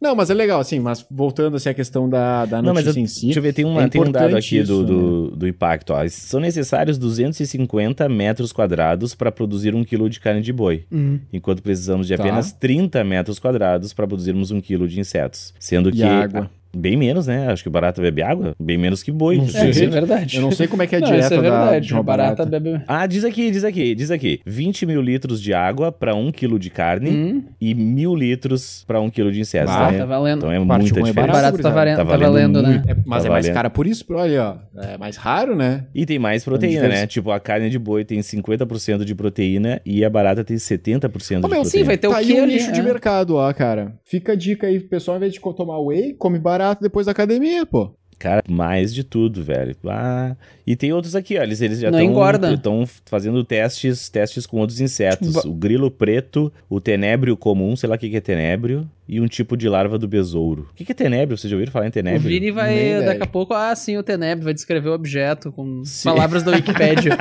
[SPEAKER 4] Não, mas é legal, assim, mas voltando assim à questão da, da
[SPEAKER 3] Não, mas
[SPEAKER 4] notícia
[SPEAKER 3] eu-
[SPEAKER 4] em si.
[SPEAKER 3] Deixa eu ver, tem, uma,
[SPEAKER 4] É
[SPEAKER 3] tem um dado
[SPEAKER 4] importante
[SPEAKER 3] aqui do,
[SPEAKER 4] isso, né?
[SPEAKER 3] do, do impacto. Ó. São necessários 250 metros quadrados para produzir um quilo de carne de boi, enquanto precisamos de
[SPEAKER 4] Tá.
[SPEAKER 3] apenas 30 metros quadrados para produzirmos um quilo de insetos. Sendo
[SPEAKER 4] E
[SPEAKER 3] que.
[SPEAKER 4] a água.
[SPEAKER 3] Bem menos, né? Acho que o barata bebe água. Bem menos que boi.
[SPEAKER 4] Não
[SPEAKER 3] Isso
[SPEAKER 2] É,
[SPEAKER 4] sei.
[SPEAKER 3] é-
[SPEAKER 2] isso é verdade.
[SPEAKER 4] Eu não sei como é que é
[SPEAKER 2] <laughs>
[SPEAKER 4] a
[SPEAKER 2] Não,
[SPEAKER 4] dieta
[SPEAKER 2] isso é
[SPEAKER 4] da-
[SPEAKER 2] verdade.
[SPEAKER 4] de uma barata.
[SPEAKER 2] bebe.
[SPEAKER 3] Ah, diz aqui, diz aqui, diz aqui. 20 mil litros de água para um quilo de carne
[SPEAKER 2] Hum,
[SPEAKER 3] e mil litros para um quilo de insetos.
[SPEAKER 4] Ah,
[SPEAKER 2] ah,
[SPEAKER 3] né?
[SPEAKER 2] tá valendo.
[SPEAKER 3] Então é muita
[SPEAKER 4] Parte um é
[SPEAKER 3] diferença.
[SPEAKER 4] barata,
[SPEAKER 2] Barato tá valendo,
[SPEAKER 3] Tá
[SPEAKER 2] tá
[SPEAKER 3] valendo
[SPEAKER 2] valendo, né?
[SPEAKER 4] É, mas é
[SPEAKER 3] Tá
[SPEAKER 4] mais
[SPEAKER 3] valendo.
[SPEAKER 4] cara por isso, olha, ó. É mais raro, né?
[SPEAKER 3] E tem mais proteína,
[SPEAKER 4] diferença.
[SPEAKER 3] né? Tipo, a carne de boi tem 50% de proteína e a barata tem 70% de
[SPEAKER 4] Ô, meu,
[SPEAKER 2] Sim,
[SPEAKER 3] proteína.
[SPEAKER 2] vai ter
[SPEAKER 4] Tá
[SPEAKER 2] o
[SPEAKER 4] aí
[SPEAKER 2] que
[SPEAKER 4] um
[SPEAKER 2] ali.
[SPEAKER 4] nicho de
[SPEAKER 2] é.
[SPEAKER 4] mercado, ó, cara. Fica a dica aí, pessoal, ao invés de tomar whey, come barato depois da academia, pô.
[SPEAKER 3] Cara, mais de tudo, velho. Ah, e tem outros aqui, ó. Eles, eles já
[SPEAKER 2] Não engorda. Tipo,
[SPEAKER 3] estão fazendo testes, testes com outros insetos. O grilo preto, o tenébrio comum, sei lá o que, que é tenébrio, e um tipo de larva do besouro. O que, que é tenébrio? Vocês já ouviram falar em
[SPEAKER 2] O
[SPEAKER 3] tenébrio?
[SPEAKER 2] Vini
[SPEAKER 4] Nem
[SPEAKER 2] vai,
[SPEAKER 4] ideia.
[SPEAKER 2] daqui a pouco, ah, sim, o Teneb vai descrever o objeto com
[SPEAKER 3] Sim.
[SPEAKER 2] palavras da Wikipédia.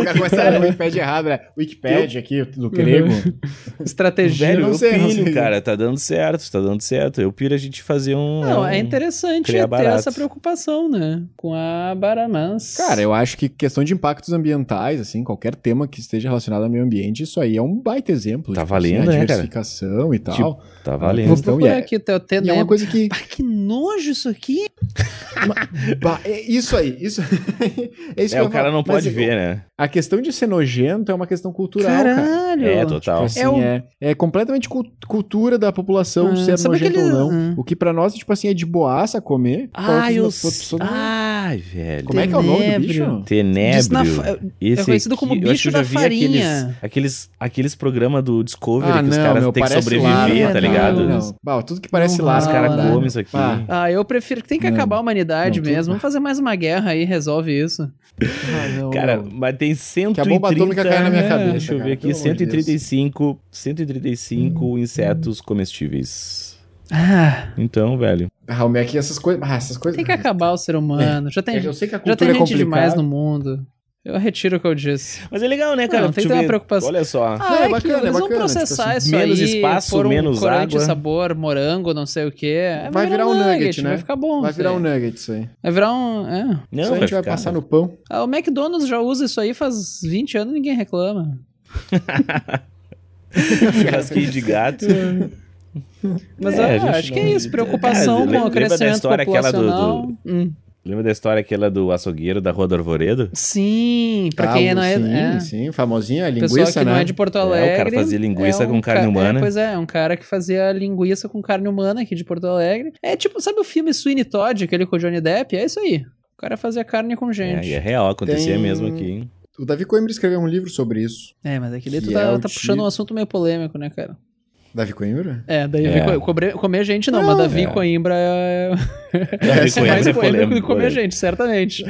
[SPEAKER 4] O cara começa a <laughs> ler o Wikipedia errado, né? Wikipedia aqui, do grego. <laughs>
[SPEAKER 2] Estratégia.
[SPEAKER 3] Velho,
[SPEAKER 4] não
[SPEAKER 3] eu
[SPEAKER 4] sei, não
[SPEAKER 3] piro,
[SPEAKER 4] sei.
[SPEAKER 3] cara. Tá dando certo, tá dando certo. Eu piro a gente fazer um...
[SPEAKER 2] Não,
[SPEAKER 3] um-
[SPEAKER 2] é interessante
[SPEAKER 3] criar
[SPEAKER 2] ter
[SPEAKER 3] barato.
[SPEAKER 2] essa preocupação, né? Com a Baramans.
[SPEAKER 4] Cara, eu acho que questão de impactos ambientais, assim, qualquer tema que esteja relacionado ao meio ambiente, isso aí é um baita exemplo.
[SPEAKER 3] Tá
[SPEAKER 4] tipo, assim,
[SPEAKER 3] valendo,
[SPEAKER 4] a
[SPEAKER 3] né, cara?
[SPEAKER 4] diversificação e tal.
[SPEAKER 3] Tipo, Tá valendo.
[SPEAKER 2] Vou
[SPEAKER 4] então,
[SPEAKER 2] procurar
[SPEAKER 4] e é-
[SPEAKER 2] aqui até o
[SPEAKER 4] E é uma
[SPEAKER 2] Teneb.
[SPEAKER 4] coisa
[SPEAKER 3] <laughs>
[SPEAKER 4] que.
[SPEAKER 2] Ah, que nojo isso aqui.
[SPEAKER 4] Bah, é isso aí, isso. <laughs> é isso que
[SPEAKER 3] É,
[SPEAKER 4] eu
[SPEAKER 3] o cara
[SPEAKER 4] falo.
[SPEAKER 3] não
[SPEAKER 4] Mas
[SPEAKER 3] pode ver, né?
[SPEAKER 4] A questão de ser nojento é uma questão cultural, cara.
[SPEAKER 2] Caralho.
[SPEAKER 3] É, total.
[SPEAKER 4] Assim,
[SPEAKER 2] É
[SPEAKER 4] é,
[SPEAKER 2] o-
[SPEAKER 4] é completamente cul- cultura da população
[SPEAKER 2] Ah,
[SPEAKER 4] ser
[SPEAKER 2] sabe
[SPEAKER 4] nojento
[SPEAKER 2] aquele-
[SPEAKER 4] ou não.
[SPEAKER 2] ah.
[SPEAKER 4] O que pra nós, tipo assim, é de boaça comer. pra
[SPEAKER 3] Ah,
[SPEAKER 4] outras
[SPEAKER 3] eu...
[SPEAKER 4] pessoas não-
[SPEAKER 3] Ah, Ai, velho.
[SPEAKER 4] Como é que é o nome do bicho?
[SPEAKER 2] Diz na
[SPEAKER 3] Tenebro.
[SPEAKER 2] fa-
[SPEAKER 3] Esse
[SPEAKER 2] É conhecido como
[SPEAKER 3] eu acho que
[SPEAKER 2] bicho
[SPEAKER 3] eu já
[SPEAKER 2] da
[SPEAKER 3] vi
[SPEAKER 2] farinha.
[SPEAKER 3] Aqueles, aqueles, aqueles programas do Discovery
[SPEAKER 4] Ah,
[SPEAKER 3] que os
[SPEAKER 4] não,
[SPEAKER 3] caras
[SPEAKER 4] meu,
[SPEAKER 3] têm que
[SPEAKER 4] parece
[SPEAKER 3] sobreviver,
[SPEAKER 2] lara, não,
[SPEAKER 3] tá ligado?
[SPEAKER 2] não.
[SPEAKER 4] Bah, tudo que parece é
[SPEAKER 2] Não
[SPEAKER 4] lá.
[SPEAKER 3] Os
[SPEAKER 2] rola,
[SPEAKER 3] caras
[SPEAKER 2] né?
[SPEAKER 3] comem isso aqui.
[SPEAKER 4] Ah.
[SPEAKER 2] Ah, eu prefiro que tem que
[SPEAKER 4] Não.
[SPEAKER 2] acabar a humanidade
[SPEAKER 4] Não, tudo
[SPEAKER 2] mesmo. Vamos fazer mais uma guerra aí, resolve isso. Ah,
[SPEAKER 3] Cara, mas tem 130...
[SPEAKER 4] Que a bomba atômica cai na minha
[SPEAKER 3] é,
[SPEAKER 4] cabeça,
[SPEAKER 3] Deixa eu
[SPEAKER 4] cara,
[SPEAKER 3] ver
[SPEAKER 4] pelo
[SPEAKER 3] aqui,
[SPEAKER 4] amor de
[SPEAKER 3] 135, 135
[SPEAKER 2] Hum.
[SPEAKER 3] insetos comestíveis.
[SPEAKER 2] Ah,
[SPEAKER 3] Então, velho,
[SPEAKER 4] Ah, o Mac e essas coisas. Ah, essas coisas.
[SPEAKER 2] tem
[SPEAKER 4] <laughs>
[SPEAKER 2] que acabar o ser humano. Já tem,
[SPEAKER 4] Eu sei que a
[SPEAKER 2] já
[SPEAKER 4] cultura
[SPEAKER 2] tem
[SPEAKER 4] é
[SPEAKER 2] gente demais
[SPEAKER 4] complicada.
[SPEAKER 2] no mundo. Eu retiro o que eu disse.
[SPEAKER 3] Mas é legal, né, cara?
[SPEAKER 2] Não, tem que
[SPEAKER 3] Tu
[SPEAKER 2] ter uma
[SPEAKER 3] vê-
[SPEAKER 2] preocupação.
[SPEAKER 3] Olha só.
[SPEAKER 2] Ah,
[SPEAKER 4] é
[SPEAKER 2] é, que
[SPEAKER 4] bacana, é
[SPEAKER 2] eles vão
[SPEAKER 4] bacana,
[SPEAKER 2] processar
[SPEAKER 4] tipo
[SPEAKER 2] isso
[SPEAKER 3] menos
[SPEAKER 2] aí.
[SPEAKER 3] espaço,
[SPEAKER 2] pôr um
[SPEAKER 3] menos
[SPEAKER 2] corante,
[SPEAKER 3] água.
[SPEAKER 2] sabor, morango, não sei o quê. É,
[SPEAKER 4] Vai virar um nugget, né?
[SPEAKER 2] Vai ficar bom.
[SPEAKER 4] Vai
[SPEAKER 2] isso
[SPEAKER 4] virar
[SPEAKER 2] aí.
[SPEAKER 4] um nugget isso aí.
[SPEAKER 2] Vai virar um... é.
[SPEAKER 3] Não,
[SPEAKER 4] isso a gente vai
[SPEAKER 3] ficar-
[SPEAKER 4] passar <laughs> no pão.
[SPEAKER 2] Ah, o McDonald's já usa isso aí faz 20 anos e ninguém reclama.
[SPEAKER 3] Churrasquinho de gato.
[SPEAKER 2] Mas
[SPEAKER 3] É,
[SPEAKER 2] ah,
[SPEAKER 3] a gente
[SPEAKER 2] acho que é
[SPEAKER 3] não-
[SPEAKER 2] isso. Preocupação
[SPEAKER 3] Cara,
[SPEAKER 2] com
[SPEAKER 3] lembra
[SPEAKER 2] o
[SPEAKER 3] da
[SPEAKER 2] crescimento
[SPEAKER 3] história aquela do-
[SPEAKER 2] populacional. Hum.
[SPEAKER 3] Lembra da história aquela do açougueiro da Rua do Arvoredo?
[SPEAKER 2] Sim, pra quem
[SPEAKER 4] Caldo,
[SPEAKER 2] não é...
[SPEAKER 4] Ah, Sim,
[SPEAKER 2] é.
[SPEAKER 4] sim, famosinha, linguiça,
[SPEAKER 2] Pessoal que
[SPEAKER 4] né?
[SPEAKER 2] não é de Porto
[SPEAKER 3] o cara
[SPEAKER 2] Alegre.
[SPEAKER 3] fazia linguiça com carne
[SPEAKER 2] ca- é,
[SPEAKER 3] humana.
[SPEAKER 2] pois é, é um cara que fazia linguiça com carne humana aqui de Porto Alegre. É tipo, sabe o filme Sweeney Todd, aquele com o Johnny Depp? É isso aí. O cara fazia carne com
[SPEAKER 3] É, e é
[SPEAKER 2] gente.
[SPEAKER 3] real, acontecia
[SPEAKER 4] Tem-
[SPEAKER 3] mesmo aqui, hein?
[SPEAKER 4] O Davi Coimbra escreveu um livro sobre isso.
[SPEAKER 2] É, mas aquele
[SPEAKER 4] Que
[SPEAKER 2] tu tá,
[SPEAKER 4] é o
[SPEAKER 2] tá
[SPEAKER 4] tipo-
[SPEAKER 2] puxando um assunto meio polêmico, né, cara?
[SPEAKER 4] Davi Coimbra?
[SPEAKER 2] É, daí
[SPEAKER 3] É.
[SPEAKER 2] vi- cobre- comer gente não, mas Davi
[SPEAKER 3] é.
[SPEAKER 2] Coimbra é,
[SPEAKER 3] Davi
[SPEAKER 2] é mais
[SPEAKER 3] Coimbra é
[SPEAKER 2] polêmico do que
[SPEAKER 3] polêmico,
[SPEAKER 2] comer
[SPEAKER 3] é.
[SPEAKER 2] gente, certamente.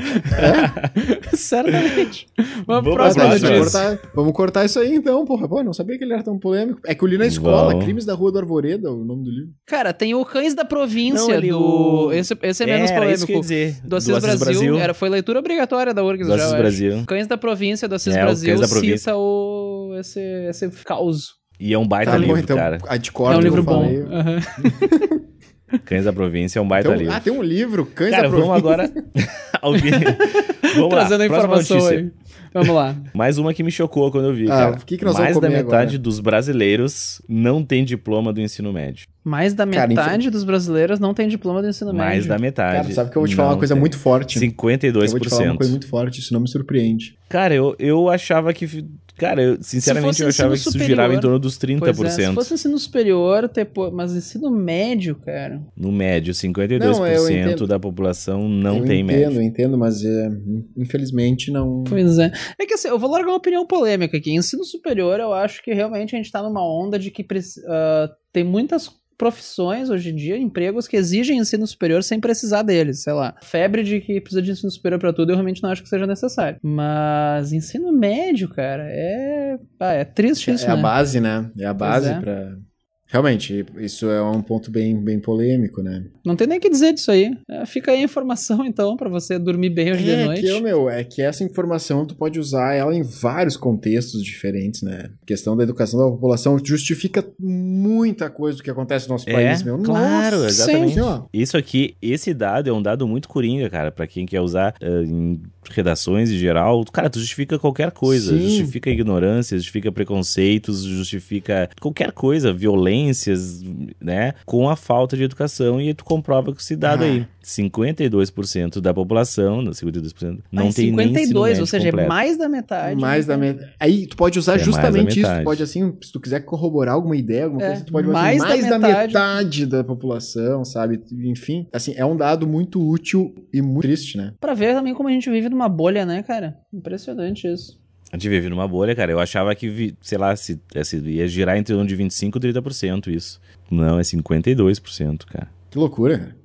[SPEAKER 2] <laughs> certamente. Vamos pro próximo
[SPEAKER 3] Vamos pra
[SPEAKER 4] vamos,
[SPEAKER 3] próxima.
[SPEAKER 2] notícia.
[SPEAKER 4] cortar, vamos cortar isso aí então, porra. Pô, não sabia que ele era tão polêmico. É que eu li na escola,
[SPEAKER 3] Vamos.
[SPEAKER 4] Crimes da Rua do Arvoreda, o nome do livro.
[SPEAKER 2] Cara, tem o Cães da Província
[SPEAKER 3] Não, ele-
[SPEAKER 2] do...
[SPEAKER 3] o-
[SPEAKER 2] Esse, esse é menos
[SPEAKER 3] era
[SPEAKER 2] polêmico.
[SPEAKER 3] isso que eu ia dizer.
[SPEAKER 2] Do Assis, Brasil, Era, foi leitura obrigatória da URGS
[SPEAKER 3] Do
[SPEAKER 2] já,
[SPEAKER 3] Assis
[SPEAKER 2] eu
[SPEAKER 3] Brasil.
[SPEAKER 2] acho. Cães da Província do Assis
[SPEAKER 3] É, o
[SPEAKER 2] Brasil
[SPEAKER 3] Cães da Província.
[SPEAKER 2] cita o, esse, esse caos.
[SPEAKER 3] E é um baita livro, cara.
[SPEAKER 4] Tá então, a de corda
[SPEAKER 2] é um
[SPEAKER 4] que eu
[SPEAKER 2] livro bom.
[SPEAKER 4] falei.
[SPEAKER 2] Aham.
[SPEAKER 3] Cães da Província é um baita
[SPEAKER 4] Então,
[SPEAKER 3] livro.
[SPEAKER 4] ah, tem um livro, Cães
[SPEAKER 3] cara,
[SPEAKER 4] da Província.
[SPEAKER 3] vamos agora... <laughs>
[SPEAKER 2] <laughs>
[SPEAKER 3] ao vi- vamos
[SPEAKER 2] Trazendo a
[SPEAKER 3] lá, próxima
[SPEAKER 2] informação
[SPEAKER 3] notícia.
[SPEAKER 2] aí. Vamos lá.
[SPEAKER 3] Mais uma que me chocou quando eu vi,
[SPEAKER 4] Ah,
[SPEAKER 3] cara.
[SPEAKER 4] o que que nós
[SPEAKER 3] Mais
[SPEAKER 4] vamos
[SPEAKER 3] da
[SPEAKER 4] comer
[SPEAKER 3] metade
[SPEAKER 4] agora?
[SPEAKER 3] dos brasileiros não tem diploma do ensino médio.
[SPEAKER 2] Mais da
[SPEAKER 4] Cara,
[SPEAKER 2] metade dos brasileiros não tem diploma do ensino
[SPEAKER 3] Mais
[SPEAKER 2] médio. é,
[SPEAKER 3] da metade.
[SPEAKER 4] Cara, sabe que eu vou te falar
[SPEAKER 3] ah, não
[SPEAKER 4] uma coisa
[SPEAKER 3] tem.
[SPEAKER 4] muito forte. Eu
[SPEAKER 3] 52%.
[SPEAKER 4] vou te falar uma coisa muito forte, isso não me surpreende.
[SPEAKER 3] Cara, eu, eu achava que. Cara, eu, sinceramente,
[SPEAKER 2] fosse
[SPEAKER 3] eu achava que
[SPEAKER 2] ensino
[SPEAKER 3] isso
[SPEAKER 2] superior-
[SPEAKER 3] girava em torno dos
[SPEAKER 2] Pois é, se
[SPEAKER 3] 30%.
[SPEAKER 2] fosse ensino superior, ter po- mas ensino médio, cara.
[SPEAKER 3] No médio,
[SPEAKER 4] Não, eu
[SPEAKER 3] 52%
[SPEAKER 4] entendo.
[SPEAKER 3] da população não
[SPEAKER 4] eu
[SPEAKER 3] tem
[SPEAKER 4] entendo,
[SPEAKER 3] médio.
[SPEAKER 4] eu entendo, mas é, infelizmente não.
[SPEAKER 2] Pois é. É que assim, eu vou largar uma opinião polêmica aqui. Ensino superior, eu acho que realmente a gente tá numa onda de que preci- ah, tem muitas profissões hoje em dia, empregos que exigem ensino superior sem precisar deles, sei lá. Febre de que precisa de ensino superior pra tudo, eu realmente não acho que seja necessário. Mas ensino médio, cara, é, ah, é triste isso,
[SPEAKER 4] é a
[SPEAKER 2] né?
[SPEAKER 4] base, né? É a base
[SPEAKER 2] é.
[SPEAKER 4] pra. Realmente, isso é um ponto bem, bem polêmico, né?
[SPEAKER 2] Não tem nem o que dizer disso aí. É, fica aí a informação então pra você dormir bem hoje de
[SPEAKER 4] É
[SPEAKER 2] noite.
[SPEAKER 4] que, ô, meu, é que essa informação tu pode usar ela em vários contextos diferentes, né? A questão da educação da população justifica muita coisa do que acontece no nosso
[SPEAKER 3] É,
[SPEAKER 4] país, meu.
[SPEAKER 3] claro,
[SPEAKER 4] Nossa,
[SPEAKER 3] exatamente.
[SPEAKER 4] assim, ó.
[SPEAKER 3] Isso aqui, esse dado é um dado muito coringa, cara, pra quem quer usar eh, em redações em geral. Cara, tu justifica qualquer coisa,
[SPEAKER 4] Sim.
[SPEAKER 3] justifica ignorância, justifica preconceitos, justifica qualquer coisa, violências, né, com a falta de educação e tu comprova com esse dado
[SPEAKER 4] Ah.
[SPEAKER 3] aí. 52% da população, não, 52%, não
[SPEAKER 2] Mas
[SPEAKER 3] tem 52, nem
[SPEAKER 2] 52, ou seja, é
[SPEAKER 3] completo.
[SPEAKER 2] mais da metade. né?
[SPEAKER 4] Mais da metade. Aí tu pode usar
[SPEAKER 3] É mais da
[SPEAKER 4] justamente isso. Tu
[SPEAKER 3] metade.
[SPEAKER 4] pode, assim, se tu quiser corroborar alguma ideia, alguma
[SPEAKER 2] É,
[SPEAKER 4] coisa, tu pode usar
[SPEAKER 2] mais
[SPEAKER 4] mais,
[SPEAKER 2] da
[SPEAKER 4] mais da,
[SPEAKER 2] metade.
[SPEAKER 4] metade da população, sabe? Enfim, assim, é um dado muito útil e muito triste, né?
[SPEAKER 2] Pra ver também como a gente vive numa bolha, né, cara? Impressionante isso. <laughs>
[SPEAKER 3] A gente vive numa bolha, cara. Eu achava que, vi- sei lá, se, se ia girar em torno de 25% e 30% isso. Não, é 52%, cara.
[SPEAKER 4] Que loucura, cara.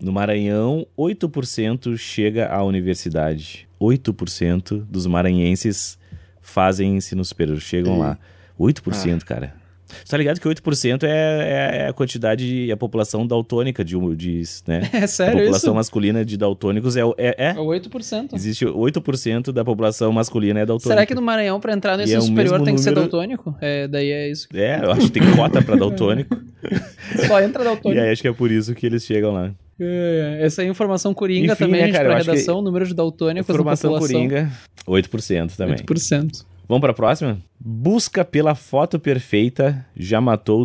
[SPEAKER 3] No Maranhão, 8% chega à universidade. 8% dos maranhenses fazem ensino superior, chegam
[SPEAKER 4] E-
[SPEAKER 3] lá. 8%,
[SPEAKER 2] Ah.
[SPEAKER 3] cara. Você tá ligado que 8% é, é a quantidade, é a população daltônica de, um- de né?
[SPEAKER 2] É
[SPEAKER 3] a
[SPEAKER 2] sério
[SPEAKER 3] população
[SPEAKER 2] isso?
[SPEAKER 3] masculina de daltônicos é, o- é, é.
[SPEAKER 2] É 8%.
[SPEAKER 3] Existe 8% da população masculina é daltônica.
[SPEAKER 2] Será que no Maranhão, pra entrar no
[SPEAKER 3] E
[SPEAKER 2] ensino
[SPEAKER 3] é o
[SPEAKER 2] superior,
[SPEAKER 3] mesmo
[SPEAKER 2] tem que ser
[SPEAKER 3] número-
[SPEAKER 2] daltônico? É, daí é isso.
[SPEAKER 3] É, eu acho que tem
[SPEAKER 2] <laughs>
[SPEAKER 3] cota pra daltônico.
[SPEAKER 2] Só entra
[SPEAKER 3] <laughs> e
[SPEAKER 2] daltônico.
[SPEAKER 3] aí acho que é por isso que eles chegam lá.
[SPEAKER 2] É, Essa é a informação coringa
[SPEAKER 3] Enfim,
[SPEAKER 2] também,
[SPEAKER 3] né,
[SPEAKER 2] gente,
[SPEAKER 3] cara,
[SPEAKER 2] pra
[SPEAKER 3] eu acho que-
[SPEAKER 2] redação, número de daltônicos na
[SPEAKER 3] Informação
[SPEAKER 2] população.
[SPEAKER 3] coringa, 8% também.
[SPEAKER 2] 8%.
[SPEAKER 3] Vamos pra próxima? Busca pela foto perfeita já matou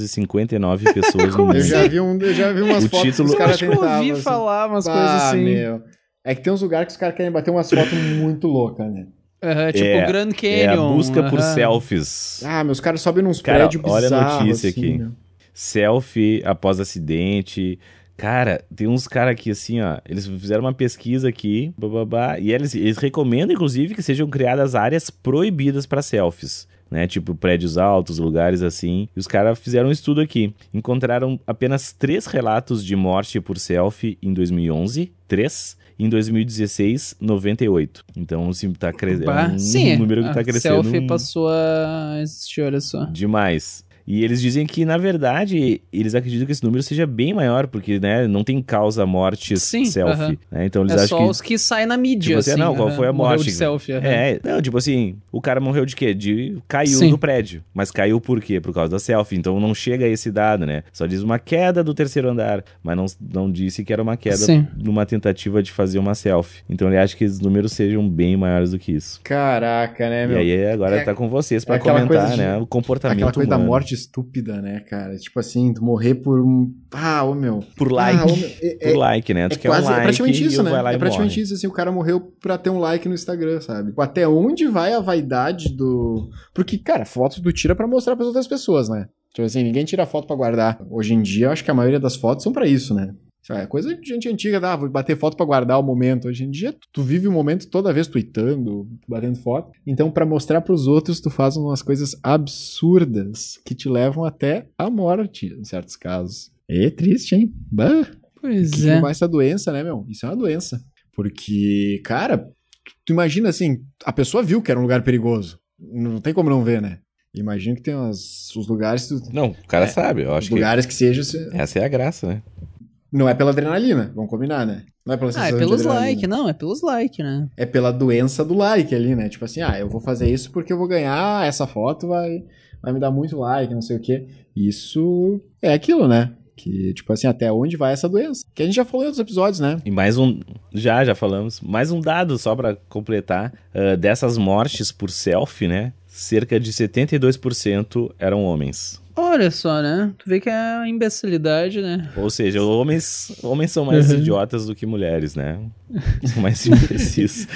[SPEAKER 3] 259 pessoas
[SPEAKER 2] <laughs>
[SPEAKER 3] no
[SPEAKER 2] Como
[SPEAKER 3] mundo.
[SPEAKER 4] Eu
[SPEAKER 2] assim?
[SPEAKER 4] já vi, um, eu já vi umas
[SPEAKER 3] O
[SPEAKER 4] fotos
[SPEAKER 3] título-
[SPEAKER 4] que
[SPEAKER 2] Eu
[SPEAKER 4] os caras
[SPEAKER 2] acho que eu ouvi
[SPEAKER 4] tentavam, assim.
[SPEAKER 2] falar umas
[SPEAKER 4] Ah,
[SPEAKER 2] coisas assim.
[SPEAKER 4] meu. É que tem uns lugares que os caras querem bater umas fotos muito loucas, né?
[SPEAKER 2] Aham, tipo
[SPEAKER 3] É,
[SPEAKER 2] o Grand Canyon.
[SPEAKER 3] É a busca por
[SPEAKER 2] aham.
[SPEAKER 3] selfies.
[SPEAKER 4] Ah, meus caras sobem nos
[SPEAKER 3] Cara,
[SPEAKER 4] prédios
[SPEAKER 3] olha a
[SPEAKER 4] bizarros.
[SPEAKER 3] notícia
[SPEAKER 4] assim,
[SPEAKER 3] aqui.
[SPEAKER 4] meu.
[SPEAKER 3] Selfie após acidente. Cara, tem uns caras aqui assim, ó. Eles fizeram uma pesquisa aqui, bababá, e eles, eles recomendam, inclusive, que sejam criadas áreas proibidas para selfies. Né, tipo prédios altos, lugares assim. E os caras fizeram um estudo aqui. Encontraram apenas três relatos de morte por selfie em 2011. Três. Em 2016, 98. Então, sim, tá crescendo. É um
[SPEAKER 2] Sim,
[SPEAKER 3] número que
[SPEAKER 2] a
[SPEAKER 3] tá crescendo.
[SPEAKER 2] selfie passou a existir, olha só.
[SPEAKER 3] Demais. E eles dizem que, na verdade, eles acreditam que esse número seja bem maior, porque, né, não tem causa mortes
[SPEAKER 2] Sim,
[SPEAKER 3] selfie.
[SPEAKER 2] aham.
[SPEAKER 3] né? Então eles
[SPEAKER 2] É
[SPEAKER 3] acham
[SPEAKER 2] só
[SPEAKER 3] que.
[SPEAKER 2] os que saem na mídia,
[SPEAKER 3] Tipo assim,
[SPEAKER 2] assim.
[SPEAKER 3] não, qual
[SPEAKER 2] aham.
[SPEAKER 3] foi a
[SPEAKER 2] Morreu
[SPEAKER 3] morte?
[SPEAKER 2] de selfie, aham.
[SPEAKER 3] É, não, tipo assim, o cara morreu de quê? De caiu
[SPEAKER 2] Sim.
[SPEAKER 3] do prédio. Mas caiu por quê? Por causa da selfie. Então não chega a esse dado, né? Só diz uma queda do terceiro andar, mas não, não disse que era uma queda
[SPEAKER 2] Sim.
[SPEAKER 3] numa tentativa de fazer uma selfie. Então ele acha que os números sejam bem maiores do que isso.
[SPEAKER 4] Caraca, né,
[SPEAKER 3] e
[SPEAKER 4] meu?
[SPEAKER 3] aí agora
[SPEAKER 4] é-
[SPEAKER 3] tá com vocês pra
[SPEAKER 4] é aquela
[SPEAKER 3] comentar,
[SPEAKER 4] coisa de-
[SPEAKER 3] né? O comportamento
[SPEAKER 4] Aquela coisa da
[SPEAKER 3] humano.
[SPEAKER 4] morte estúpida, né, cara? Tipo assim, tu morrer por um. Ah, ô meu.
[SPEAKER 3] Por
[SPEAKER 4] Ah, ô,
[SPEAKER 3] like.
[SPEAKER 4] meu. É-
[SPEAKER 3] por like, né? Tu
[SPEAKER 4] É
[SPEAKER 3] quer um
[SPEAKER 4] quase,
[SPEAKER 3] like
[SPEAKER 4] é praticamente isso,
[SPEAKER 3] e
[SPEAKER 4] né?
[SPEAKER 3] vai lá
[SPEAKER 4] É
[SPEAKER 3] e
[SPEAKER 4] praticamente
[SPEAKER 3] morre.
[SPEAKER 4] isso, assim, o cara morreu pra ter um like no Instagram, sabe? Pô, Até onde vai a vaidade do... Porque, cara, fotos tu tira pra mostrar pras outras pessoas, né? Tipo assim, ninguém tira foto pra guardar. Hoje em dia, eu acho que a maioria das fotos são pra isso, né? Sei lá, É coisa de gente antiga, ah, vou bater foto pra guardar o momento. Hoje em dia, tu- tu vive o momento toda vez tweetando, batendo foto. Então, pra mostrar pros outros, tu faz umas coisas absurdas que te levam até a morte, em certos casos. É triste, hein? Bah!
[SPEAKER 2] Pois
[SPEAKER 4] que
[SPEAKER 2] é.
[SPEAKER 4] levar essa doença, né, meu? Isso é uma doença. Porque, cara, tu- tu imagina assim, a pessoa viu que era um lugar perigoso. Não tem como não ver, né? Imagino que tem umas, os lugares, os
[SPEAKER 3] Não, o cara
[SPEAKER 4] É,
[SPEAKER 3] sabe, eu acho que
[SPEAKER 4] lugares que, sejam. se-
[SPEAKER 3] essa é a graça, né?
[SPEAKER 4] Não é pela adrenalina, vamos combinar, né? Não é
[SPEAKER 2] Ah,
[SPEAKER 4] pela
[SPEAKER 2] é
[SPEAKER 4] sensação de
[SPEAKER 2] pelos
[SPEAKER 4] adrenalina.
[SPEAKER 2] like, não, é pelos like, né?
[SPEAKER 4] É pela doença do like ali, né? Tipo assim, ah, eu vou fazer isso porque eu vou ganhar essa foto, vai, vai me dar muito like, não sei o quê. Isso é aquilo, né? Que, tipo assim, até onde vai essa doença? Que a gente já falou em outros episódios, né?
[SPEAKER 3] E mais um, já, já falamos, mais um dado só pra completar, ah, dessas mortes por selfie, né? Cerca de 72% eram homens.
[SPEAKER 2] Olha só, né? Tu vê que é a imbecilidade, né?
[SPEAKER 3] Ou seja, homens, homens são mais
[SPEAKER 2] Uhum.
[SPEAKER 3] idiotas do que mulheres, né? São mais <laughs> imbecis.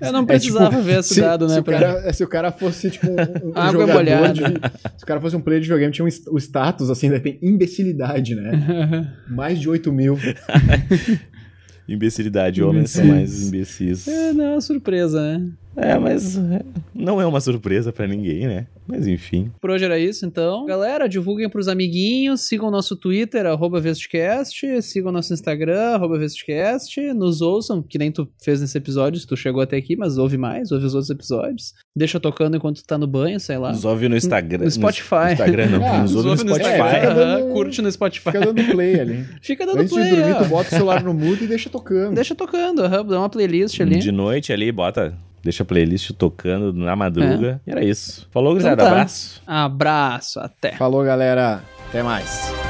[SPEAKER 2] Eu não precisava ver esse
[SPEAKER 4] É tipo, se,
[SPEAKER 2] dado, né?
[SPEAKER 4] se o
[SPEAKER 2] pra- Ah,
[SPEAKER 4] cara, é, se o cara
[SPEAKER 2] <laughs>
[SPEAKER 4] fosse, tipo, um, um
[SPEAKER 2] Água
[SPEAKER 4] jogador
[SPEAKER 2] molhada.
[SPEAKER 4] de... Se o cara fosse um player de videogame, tinha um, est- o status, assim, né? Tem
[SPEAKER 2] <laughs>
[SPEAKER 4] imbecilidade, né? Mais de 8 mil.
[SPEAKER 3] Imbecilidade, homens são mais imbecis.
[SPEAKER 2] é, não, é uma surpresa, né?
[SPEAKER 3] É, mas é, não é uma surpresa pra ninguém, né? Mas enfim.
[SPEAKER 2] Por hoje era isso, então. Galera, divulguem pros amiguinhos, sigam nosso Twitter, arroba Vestcast, sigam nosso Instagram, arroba Vestcast, nos ouçam, que nem tu fez nesse episódio, se tu chegou até aqui, mas ouve mais, ouve os outros episódios. Deixa tocando enquanto tu tá no banho, sei lá.
[SPEAKER 3] Nos ouve no Instagram.
[SPEAKER 2] No Spotify. <laughs>
[SPEAKER 3] Instagram, não.
[SPEAKER 4] Ah,
[SPEAKER 3] nos ouve no Spotify.
[SPEAKER 4] Fica
[SPEAKER 2] aham,
[SPEAKER 4] dando-
[SPEAKER 2] É, <laughs> curte no Spotify.
[SPEAKER 4] Fica dando play ali.
[SPEAKER 2] Fica dando
[SPEAKER 4] Antes
[SPEAKER 2] play,
[SPEAKER 4] de dormir,
[SPEAKER 2] ó.
[SPEAKER 4] tu bota o celular no mudo e deixa
[SPEAKER 2] <laughs>
[SPEAKER 4] tocando.
[SPEAKER 2] Deixa tocando, aham, dá uma playlist ali.
[SPEAKER 3] De noite ali, bota. Deixa a playlist tocando na madruga. E era isso. Falou,
[SPEAKER 2] É. Então
[SPEAKER 3] gurizada.
[SPEAKER 2] tá.
[SPEAKER 3] Abraço.
[SPEAKER 2] Abraço, até.
[SPEAKER 4] Falou, galera. Até mais.